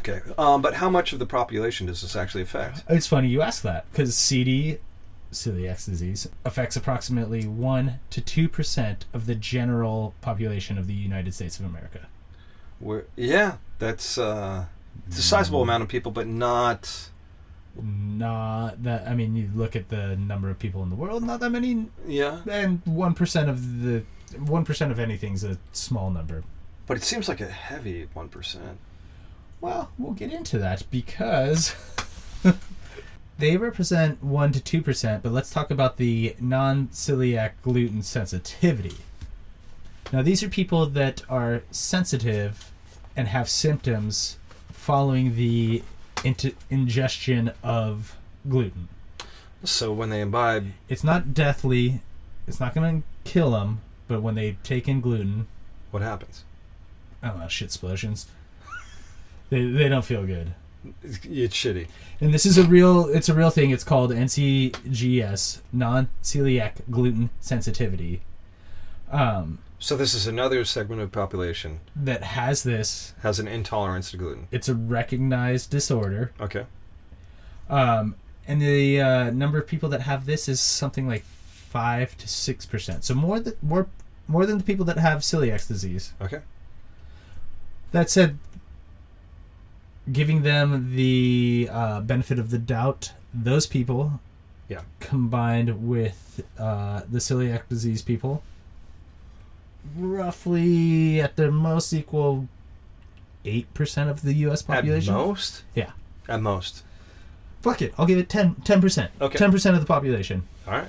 Speaker 2: okay, um, but how much of the population does this actually affect?
Speaker 3: It's funny you ask that because CD, celiac disease, affects approximately one to two percent of the general population of the United States of America.
Speaker 2: We're, yeah, that's uh, it's a
Speaker 3: Mm.
Speaker 2: sizable amount of people, but not.
Speaker 3: Not that I mean, you look at the number of people in the world. Not that many
Speaker 2: Yeah,
Speaker 3: and one percent of the one percent of anything's a small number.
Speaker 2: but it seems like a heavy one percent.
Speaker 3: Well, we'll get into that because they represent one to two percent. But let's talk about the non-celiac gluten sensitivity. Now, these are people that are sensitive and have symptoms following the int- ingestion of gluten.
Speaker 2: So when they imbibe,
Speaker 3: It's not deathly. It's not going to kill them, but when they take in gluten,
Speaker 2: what happens?
Speaker 3: I don't know, shit explosions. they they don't feel good.
Speaker 2: It's, it's shitty.
Speaker 3: And this is a real it's a real thing. It's called NCGS, non celiac gluten sensitivity. Um,
Speaker 2: So this is another segment of population
Speaker 3: that has this.
Speaker 2: has an intolerance to gluten.
Speaker 3: It's a recognized disorder.
Speaker 2: Okay,
Speaker 3: Um, and the uh, number of people that have this is something like five to six percent. So more than more more than the people that have celiac disease.
Speaker 2: okay.
Speaker 3: That said, giving them the uh, benefit of the doubt, those people,
Speaker 2: Yeah.
Speaker 3: combined with uh, the celiac disease people, roughly at their most equal eight percent of the U.S. population.
Speaker 2: At most,
Speaker 3: Yeah,
Speaker 2: at most.
Speaker 3: fuck it, I'll give it 10 percent.
Speaker 2: Okay.
Speaker 3: ten percent of the population.
Speaker 2: All right,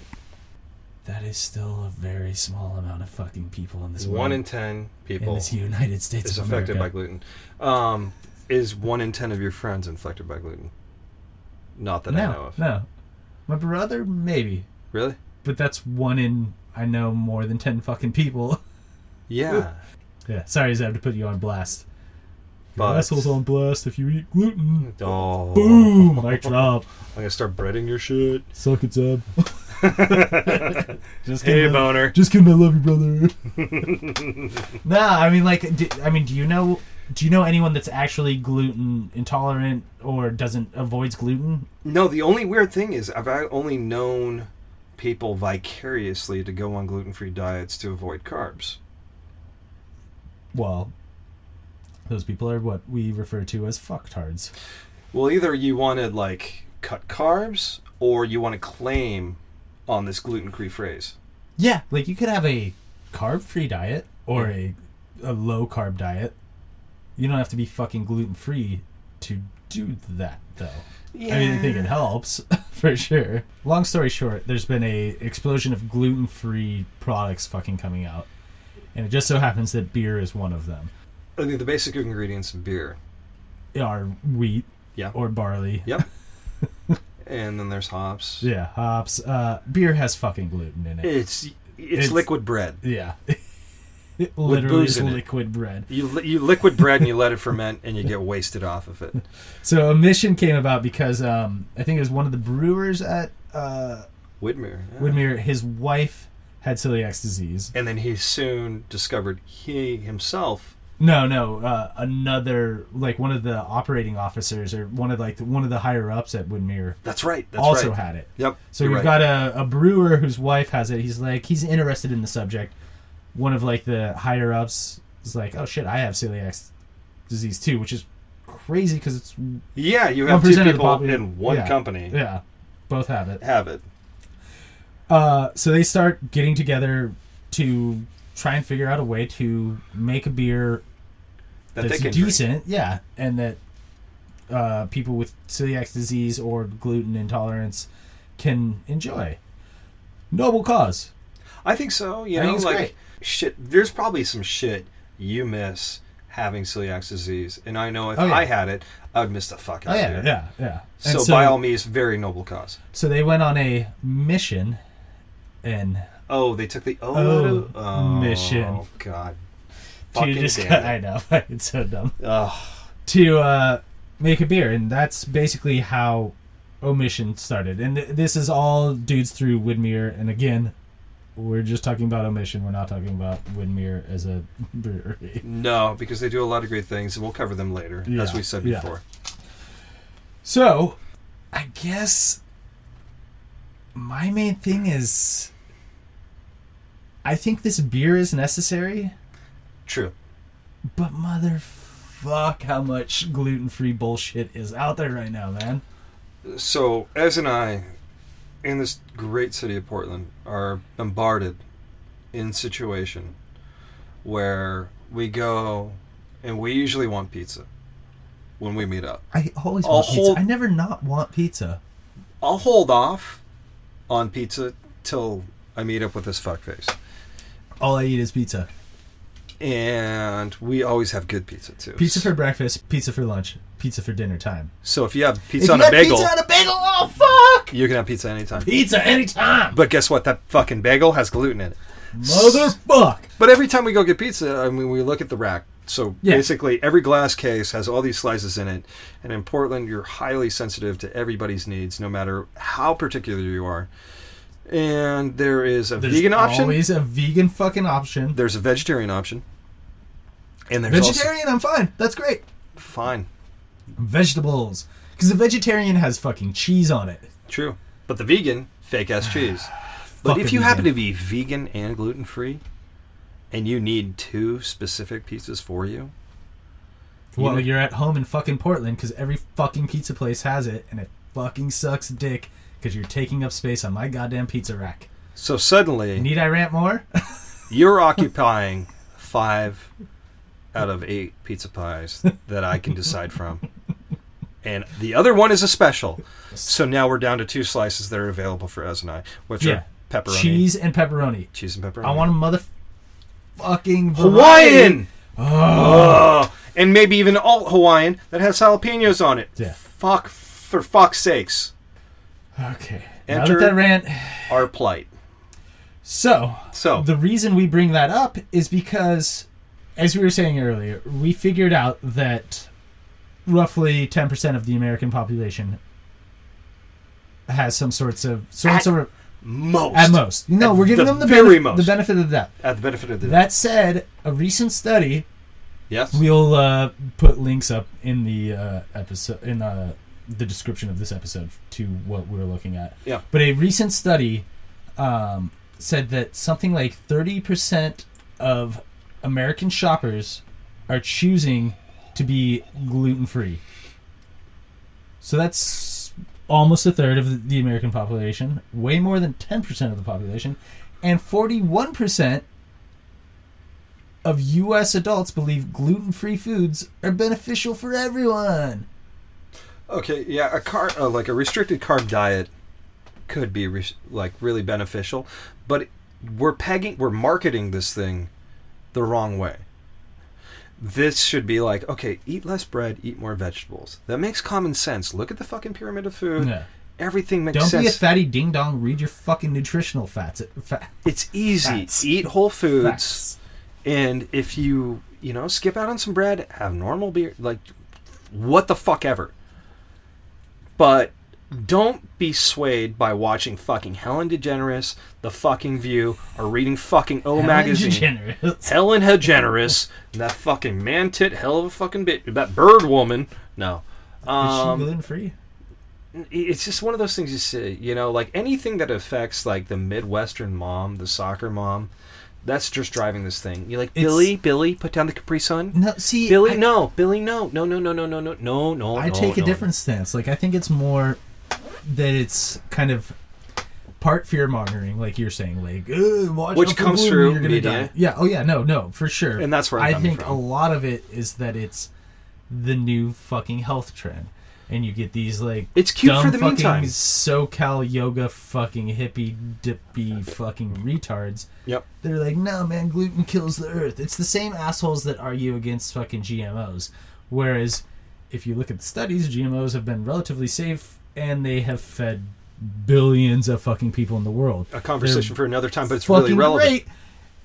Speaker 3: That is still a very small amount of fucking people in this
Speaker 2: one
Speaker 3: world-
Speaker 2: in ten
Speaker 3: in
Speaker 2: people
Speaker 3: this United States
Speaker 2: is
Speaker 3: of
Speaker 2: affected by
Speaker 3: America.
Speaker 2: gluten. Um, is one in ten of your friends infected by gluten? Not that I know
Speaker 3: no,
Speaker 2: of.
Speaker 3: no, my brother maybe.
Speaker 2: Really?
Speaker 3: but that's one in I know more than ten fucking people.
Speaker 2: Yeah.
Speaker 3: Yeah, Uh, sorry, Zeb, to put you on blast.
Speaker 2: but
Speaker 3: Assholes on blast if you eat gluten.
Speaker 2: Oh.
Speaker 3: Boom, mic drop.
Speaker 2: I'm gonna start breading your shit.
Speaker 3: Suck it, Zeb. just
Speaker 2: Hey,
Speaker 3: kidding, I-
Speaker 2: boner.
Speaker 3: Just kidding, I love you, brother. nah, I mean, like, do, I mean, do you know? Do you know anyone that's actually gluten intolerant or doesn't avoids gluten?
Speaker 2: No, the only weird thing is I've I- only known people vicariously to go on gluten-free diets to avoid carbs.
Speaker 3: Well, those people are what we refer to as fucktards.
Speaker 2: Well, either you want to like cut carbs, or you want to claim on this gluten-free phrase.
Speaker 3: Yeah, like you could have a carb free diet or a, a low carb diet. You don't have to be fucking gluten free to do that, though. I mean, I think it helps for sure. Long story short, there's been a explosion of gluten free products fucking coming out, and it just so happens that beer is one of them.
Speaker 2: I mean, the basic ingredients of beer.
Speaker 3: Are wheat,
Speaker 2: Yeah.
Speaker 3: or barley,
Speaker 2: Yep. and then there's hops.
Speaker 3: yeah, hops. Uh, beer has fucking gluten in it.
Speaker 2: It's, it's
Speaker 3: It's-
Speaker 2: liquid bread.
Speaker 3: yeah, it literally
Speaker 2: booze
Speaker 3: is
Speaker 2: in it.
Speaker 3: liquid bread.
Speaker 2: You li- you liquid bread and you let it ferment and you get wasted off of it.
Speaker 3: So omission came about because um, I think it was one of the brewers at uh,
Speaker 2: Widmer. yeah.
Speaker 3: Woodmere. His wife had celiac disease.
Speaker 2: and then he soon discovered he himself
Speaker 3: No, no, uh, another like one of the operating officers or one of like the, one of the higher ups at Woodmere
Speaker 2: That's right. That's
Speaker 3: also
Speaker 2: right.
Speaker 3: had it.
Speaker 2: Yep.
Speaker 3: So
Speaker 2: you're
Speaker 3: we've
Speaker 2: right.
Speaker 3: got a, a brewer whose wife has it. He's like he's interested in the subject. One of like the higher ups is like, oh shit, I have celiac disease too, which is crazy because it's
Speaker 2: Yeah, you have
Speaker 3: 1%
Speaker 2: two
Speaker 3: of the
Speaker 2: people
Speaker 3: popu-
Speaker 2: in one
Speaker 3: yeah.
Speaker 2: company
Speaker 3: yeah, both have it.
Speaker 2: have it.
Speaker 3: Uh, so they start getting together to try and figure out a way to make a beer
Speaker 2: That
Speaker 3: that's
Speaker 2: they can drink.
Speaker 3: decent, yeah, and that uh, people with celiac disease or gluten intolerance can enjoy. Noble cause.
Speaker 2: I think so. You
Speaker 3: I
Speaker 2: know,
Speaker 3: think it's
Speaker 2: like
Speaker 3: great.
Speaker 2: shit. There's probably some shit you miss having celiac disease, and I know if
Speaker 3: Oh, yeah.
Speaker 2: I had it, I would miss the fuck out of
Speaker 3: Oh yeah,
Speaker 2: it.
Speaker 3: yeah, yeah. And
Speaker 2: So, by all means, very noble cause.
Speaker 3: so they went on a mission, and
Speaker 2: Oh, they took the oh,
Speaker 3: Oh,
Speaker 2: oh,
Speaker 3: mission.
Speaker 2: God,
Speaker 3: to
Speaker 2: fucking
Speaker 3: just I
Speaker 2: damn it.
Speaker 3: know it's so dumb
Speaker 2: Ugh.
Speaker 3: to uh, make a beer, and that's basically how Omission started. And th- this is all dudes through Widmere, and again. We're just talking about Omission. We're not talking about Widmere as a brewery.
Speaker 2: No, because they do a lot of great things, and we'll cover them later, as
Speaker 3: Yeah,
Speaker 2: we said
Speaker 3: yeah.
Speaker 2: before.
Speaker 3: So, I guess my main thing is I think this beer is necessary,
Speaker 2: True.
Speaker 3: but motherfuck how much gluten free bullshit is out there right now, man.
Speaker 2: So, as and I, in this great city of Portland, are bombarded in situation where we go and we usually want pizza when we meet up.
Speaker 3: I always
Speaker 2: A
Speaker 3: want
Speaker 2: whole-
Speaker 3: pizza. I never not want pizza.
Speaker 2: I'll hold off on pizza till I meet up with this fuckface.
Speaker 3: All I eat is pizza.
Speaker 2: And we always have good pizza too.
Speaker 3: Pizza for breakfast, pizza for lunch, pizza for dinner time.
Speaker 2: so if you have pizza
Speaker 3: If
Speaker 2: on
Speaker 3: you
Speaker 2: a
Speaker 3: got
Speaker 2: bagel,
Speaker 3: Pizza on a bagel. Oh fuck!
Speaker 2: you can have pizza anytime.
Speaker 3: Pizza anytime.
Speaker 2: But guess what? That fucking bagel has gluten in it.
Speaker 3: Motherfuck.
Speaker 2: But every time we go get pizza, I mean, we look at the rack. So
Speaker 3: Yeah.
Speaker 2: basically, every glass case has all these slices in it. And in Portland, you're highly sensitive to everybody's needs, no matter how particular you are. And there is a
Speaker 3: There's
Speaker 2: vegan option,
Speaker 3: Always a vegan fucking option.
Speaker 2: there's a vegetarian option, and there's
Speaker 3: Vegetarian, I'm fine. That's great.
Speaker 2: also fine,
Speaker 3: Vegetables. Because the vegetarian has fucking cheese on it.
Speaker 2: true. But the vegan, fake ass cheese. But if
Speaker 3: Fucking
Speaker 2: you happen to be
Speaker 3: vegan.
Speaker 2: vegan and gluten free, and you need two specific pieces for you,
Speaker 3: Well,
Speaker 2: know-
Speaker 3: you're at home in fucking Portland because every fucking pizza place has it, and it fucking sucks dick because you're taking up space on my goddamn pizza rack.
Speaker 2: so suddenly
Speaker 3: Need I rant more?
Speaker 2: You're occupying five out of eight pizza pies that I can decide from. And the other one is a special. So now we're down to two slices that are available for us and I, which
Speaker 3: Yeah.
Speaker 2: are pepperoni.
Speaker 3: cheese and pepperoni.
Speaker 2: cheese and pepperoni.
Speaker 3: I want a mother fucking variety.
Speaker 2: Hawaiian! Oh. And maybe even alt Hawaiian that has jalapenos on it.
Speaker 3: Yeah.
Speaker 2: Fuck, for fuck's sakes,
Speaker 3: Okay.
Speaker 2: Enter-
Speaker 3: Now that that rant.
Speaker 2: our plight.
Speaker 3: So,
Speaker 2: So,
Speaker 3: the reason we bring that up is because, as we were saying earlier, we figured out that roughly 10% of the American population has some sorts of some
Speaker 2: At
Speaker 3: sort of
Speaker 2: most.
Speaker 3: at most. No,
Speaker 2: At
Speaker 3: we're giving
Speaker 2: the
Speaker 3: them the
Speaker 2: very
Speaker 3: benefit,
Speaker 2: most.
Speaker 3: the benefit of the doubt.
Speaker 2: At the benefit of the
Speaker 3: That said, a recent study
Speaker 2: Yes.
Speaker 3: we'll uh, put links up in the uh, episode in uh, the description of this episode to what we're looking at.
Speaker 2: Yeah.
Speaker 3: But a recent study um, said that something like thirty percent of American shoppers are choosing to be gluten free. So that's almost a third of the- the American population, way more than ten percent of the population, and forty-one percent of U.S. adults believe gluten-free foods are beneficial for everyone.
Speaker 2: Okay, yeah, a car uh, like a restricted carb diet could be res- like really beneficial, but we're pegging we're marketing this thing the wrong way. This should be like, okay, eat less bread, eat more vegetables. That makes common sense. Look at the fucking pyramid of food.
Speaker 3: Yeah.
Speaker 2: Everything makes
Speaker 3: Don't
Speaker 2: sense.
Speaker 3: be a fatty ding dong. Read your fucking nutritional fats. Fa-
Speaker 2: it's easy.
Speaker 3: Fats.
Speaker 2: Eat whole foods,
Speaker 3: facts.
Speaker 2: and if you you know skip out on some bread, have normal beer. Like what the fuck ever. But don't be swayed by watching fucking Helen DeGeneres, The Fucking View, or reading fucking O Magazine.
Speaker 3: Generous.
Speaker 2: Helen DeGeneres, and that fucking man tit hell of a fucking bitch, that bird woman. No.
Speaker 3: Is she
Speaker 2: Um,
Speaker 3: gluten free?
Speaker 2: it's just one of those things you see, you know, like anything that affects like the Midwestern mom, the soccer mom, that's just driving this thing. You're like,
Speaker 3: It's-
Speaker 2: Billy, Billy, put down the Capri Sun.
Speaker 3: No, see,
Speaker 2: Billy,
Speaker 3: I,
Speaker 2: no, Billy, no, no, no, no, no, no, no, no, no.
Speaker 3: I
Speaker 2: no,
Speaker 3: take a
Speaker 2: no.
Speaker 3: different stance. Like I think it's more that it's kind of part fear mongering, like you're saying, like "Ugh, watch
Speaker 2: Which
Speaker 3: out for
Speaker 2: comes
Speaker 3: gluten,
Speaker 2: through
Speaker 3: you're gonna
Speaker 2: media.
Speaker 3: die." Yeah. Oh yeah. No. No. For sure.
Speaker 2: And that's where I'm
Speaker 3: I
Speaker 2: coming
Speaker 3: think
Speaker 2: from.
Speaker 3: a lot of it is that it's the new fucking health trend, and you get these like
Speaker 2: It's cute
Speaker 3: dumb
Speaker 2: for the
Speaker 3: fucking
Speaker 2: meantime.
Speaker 3: SoCal yoga fucking hippie dippy fucking retards.
Speaker 2: Yep.
Speaker 3: They're like, no, man, gluten kills the earth. It's the same assholes that argue against fucking GMOs. Whereas, if you look at the studies, GMOs have been relatively safe and they have fed billions of fucking people in the world.
Speaker 2: A conversation
Speaker 3: They're
Speaker 2: for another time, but it's really
Speaker 3: fucking
Speaker 2: relevant.
Speaker 3: great,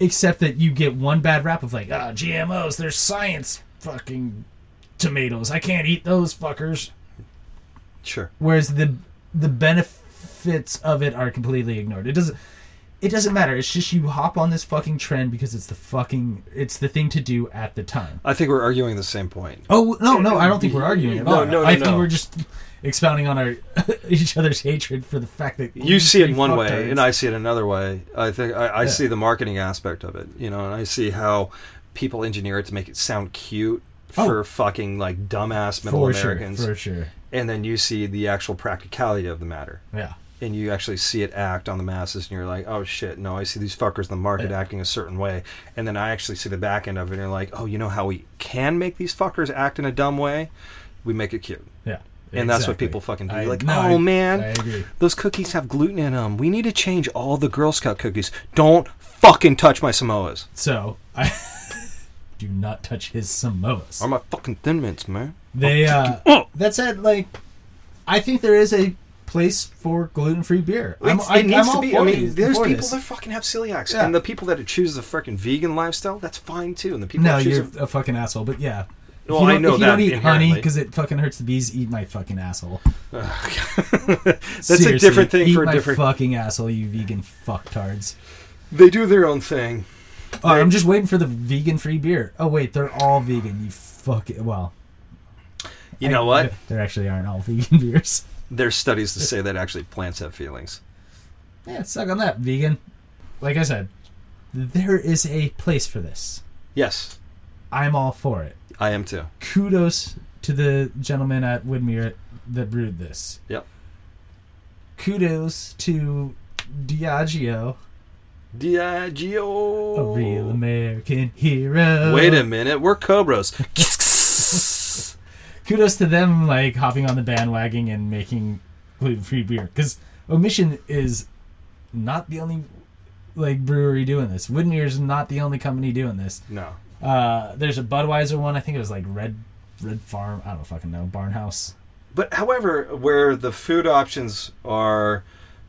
Speaker 3: except that you get one bad rap of like, ah, GMOs, they're science fucking tomatoes. I can't eat those fuckers.
Speaker 2: Sure.
Speaker 3: Whereas the the benefits of it are completely ignored. It doesn't it doesn't matter. It's just you hop on this fucking trend because it's the fucking it's the thing to do at the time.
Speaker 2: I think we're arguing the same point.
Speaker 3: Oh no, no, I don't think we're arguing at
Speaker 2: No,
Speaker 3: all.
Speaker 2: no, no,
Speaker 3: I think
Speaker 2: no.
Speaker 3: we're just expounding on our each other's hatred for the fact that
Speaker 2: you see it one way
Speaker 3: fucktards-
Speaker 2: and i see it another way i think i, I
Speaker 3: Yeah.
Speaker 2: see the marketing aspect of it you know and i see how people engineer it to make it sound cute
Speaker 3: Oh.
Speaker 2: for fucking like dumbass middle
Speaker 3: for sure,
Speaker 2: americans
Speaker 3: for sure,
Speaker 2: and then you see the actual practicality of the matter
Speaker 3: yeah.
Speaker 2: and you actually see it act on the masses and you're like oh shit no i see these fuckers in the market
Speaker 3: Yeah.
Speaker 2: acting a certain way and then i actually see the back end of it and you're like oh you know how we can make these fuckers act in a dumb way we make it cute
Speaker 3: Yeah.
Speaker 2: And that's what
Speaker 3: exactly.
Speaker 2: people fucking do.
Speaker 3: I-
Speaker 2: Like,
Speaker 3: no,
Speaker 2: oh,
Speaker 3: I-
Speaker 2: man.
Speaker 3: I agree.
Speaker 2: Those cookies have gluten in them. We need to change all the Girl Scout cookies. Don't fucking touch my Samoas.
Speaker 3: So I do not touch his Samoas.
Speaker 2: Or my fucking Thin Mints, man.
Speaker 3: They uh that said, like I think there is a place for gluten free beer. I'm,
Speaker 2: It's-
Speaker 3: I, am all for
Speaker 2: I
Speaker 3: these-
Speaker 2: mean, there's
Speaker 3: for
Speaker 2: people
Speaker 3: this.
Speaker 2: that fucking have celiacs,
Speaker 3: Yeah.
Speaker 2: and the people that choose the fucking vegan lifestyle, that's fine too. And the people
Speaker 3: No,
Speaker 2: that choose
Speaker 3: you're
Speaker 2: a-
Speaker 3: a fucking asshole, but yeah. If
Speaker 2: Well,
Speaker 3: you
Speaker 2: I
Speaker 3: don't-
Speaker 2: know
Speaker 3: if you
Speaker 2: that
Speaker 3: don't eat honey
Speaker 2: inherently.
Speaker 3: because it fucking hurts the bees. Eat my fucking asshole.
Speaker 2: that's a different thing
Speaker 3: eat
Speaker 2: for a
Speaker 3: my
Speaker 2: different.
Speaker 3: fucking asshole, you vegan fucktards.
Speaker 2: they do their own thing.
Speaker 3: Oh, I'm just waiting for the vegan free beer. Oh wait, they're all vegan. You fuck it. Well,
Speaker 2: You
Speaker 3: I-
Speaker 2: know what?
Speaker 3: There actually aren't all vegan beers.
Speaker 2: There's studies to say that actually plants have feelings.
Speaker 3: Yeah, suck on that, vegan. Like I said, there is a place for this.
Speaker 2: Yes,
Speaker 3: I'm all for it.
Speaker 2: I am too.
Speaker 3: Kudos to the gentleman at Woodmere that brewed this.
Speaker 2: Yep.
Speaker 3: Kudos to Diageo,
Speaker 2: Diageo.
Speaker 3: a real American hero.
Speaker 2: Oh. Wait a minute, we're Cobros.
Speaker 3: Kudos to them, like hopping on the bandwagon and making gluten-free beer. Because Omission is not the only like brewery doing this. Woodmere is not the only company doing this.
Speaker 2: no.
Speaker 3: Uh, there's a Budweiser one. I think it was like Red Red Farm. I don't fucking know. Barnhouse.
Speaker 2: But however, where the food options are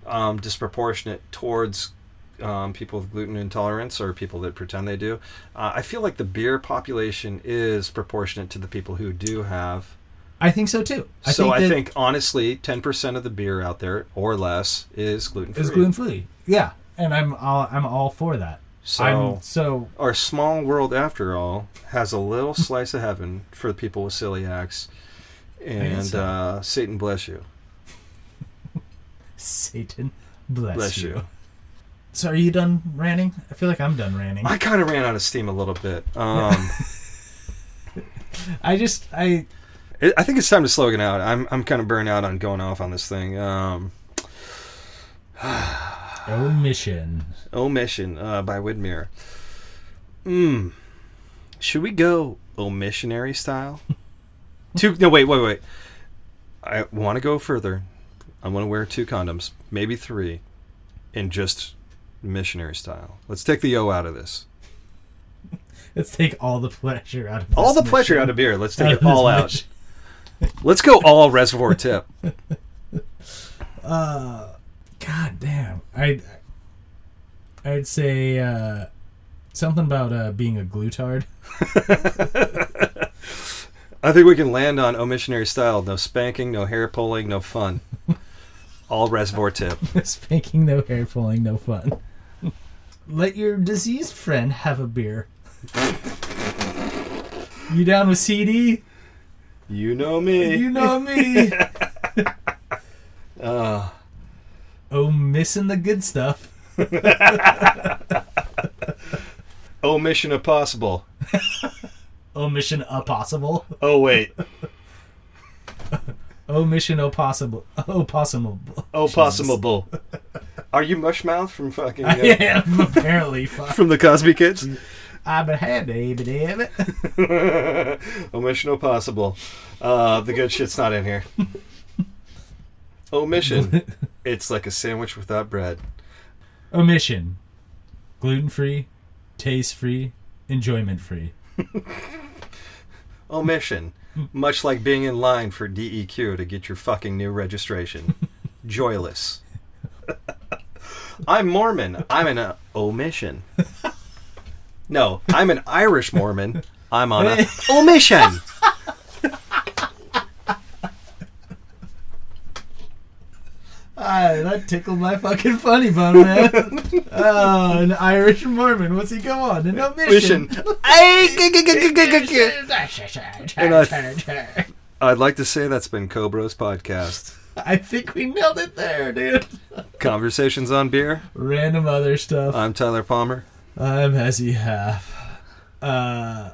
Speaker 2: um, disproportionate towards um, people with gluten intolerance or people that pretend they do, uh, I feel like the beer population is proportionate to the people who do have.
Speaker 3: I think so too. I
Speaker 2: so
Speaker 3: think
Speaker 2: I
Speaker 3: that
Speaker 2: think honestly, ten percent of the beer out there or less is gluten free.
Speaker 3: it's gluten free. Yeah, and I'm all, I'm all for that.
Speaker 2: So
Speaker 3: I'm so
Speaker 2: our small world, after all, has a little slice of heaven for the people with celiacs, and
Speaker 3: so.
Speaker 2: uh, Satan bless you.
Speaker 3: Satan bless,
Speaker 2: Bless
Speaker 3: you.
Speaker 2: you.
Speaker 3: So are you done ranting? I feel like I'm done ranting.
Speaker 2: I kind of ran out of steam a little bit. Um,
Speaker 3: I just I
Speaker 2: It, I think it's time to slogan out. I'm I'm kind of burnt out on going off on this thing. Um,
Speaker 3: omission.
Speaker 2: Omission uh, by Widmere. Mm. Should we go omissionary style? two? No, wait, wait, wait. I want to go further. I want to wear two condoms, maybe three, and just missionary style. Let's take the O out of this.
Speaker 3: Let's take all the pleasure out of
Speaker 2: All
Speaker 3: this
Speaker 2: the pleasure out of beer. Let's
Speaker 3: mission-
Speaker 2: take it
Speaker 3: of this
Speaker 2: all out.
Speaker 3: mission.
Speaker 2: Let's go all reservoir tip.
Speaker 3: Uh, God damn. I'd I'd say uh, something about uh, being a glutard.
Speaker 2: I think we can land on omissionary style. No spanking, no hair pulling, no fun. All reservoir tip.
Speaker 3: Spanking, no hair pulling, no fun. Let your diseased friend have a beer. you down with CD?
Speaker 2: You know me.
Speaker 3: You know me.
Speaker 2: Uh,
Speaker 3: oh, missing the good stuff.
Speaker 2: oh, Mission Impossible.
Speaker 3: Oh, Mission Impossible.
Speaker 2: Oh, wait.
Speaker 3: Oh, Mission Impossible. Oh, possible.
Speaker 2: Oh, possible. Are you Mushmouth from fucking. Uh,
Speaker 3: Yeah, apparently. Fuck.
Speaker 2: From the Cosby Kids?
Speaker 3: I've been happy, but damn it.
Speaker 2: oh, Mission Impossible. Uh, the good shit's not in here. Oh, Mission. it's like a sandwich without bread.
Speaker 3: Omission. Gluten free, taste free, enjoyment free.
Speaker 2: omission, much like being in line for DEQ to get your fucking new registration. Joyless. I'm Mormon. I'm an uh, omission. No, I'm an Irish Mormon. I'm on a omission.
Speaker 3: Ah, that tickled my fucking funny bone, man. oh, an Irish Mormon. What's he go on? An omission.
Speaker 2: Omission. Ay, g- g- g- g- g- g-
Speaker 3: I
Speaker 2: I'd like to say that's been Cobro's podcast.
Speaker 3: think we nailed it there, dude.
Speaker 2: Conversations on beer.
Speaker 3: Random other stuff. Um,
Speaker 2: I'm Tyler Palmer.
Speaker 3: I'm Hezzy Half. Uh,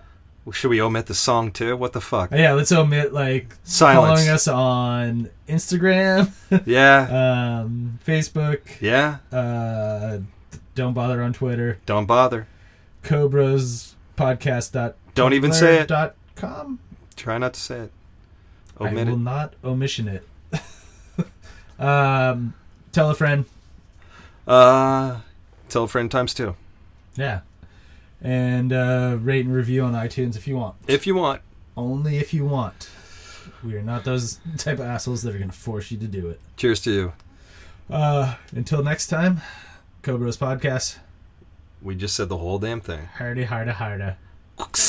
Speaker 2: Should we omit the song too? What the fuck?
Speaker 3: yeah, let's omit like
Speaker 2: Silence.
Speaker 3: following us on Instagram,
Speaker 2: Yeah.
Speaker 3: um, Facebook,
Speaker 2: Yeah.
Speaker 3: uh, don't bother on Twitter.
Speaker 2: Don't bother.
Speaker 3: Cobras podcast dot
Speaker 2: Don't even say it.
Speaker 3: dot com.
Speaker 2: Try not to say it.
Speaker 3: I
Speaker 2: Omit
Speaker 3: will
Speaker 2: it.
Speaker 3: not omission it. um, tell a friend.
Speaker 2: Uh, tell a friend times two.
Speaker 3: Yeah, and uh, rate and review on iTunes if you want.
Speaker 2: If you want.
Speaker 3: Only if you want. We are not those type of assholes that are going to force you to do it.
Speaker 2: Cheers to you.
Speaker 3: Uh, until next time, Cobras podcast.
Speaker 2: We just said the whole damn thing.
Speaker 3: Hardy, harda, harda.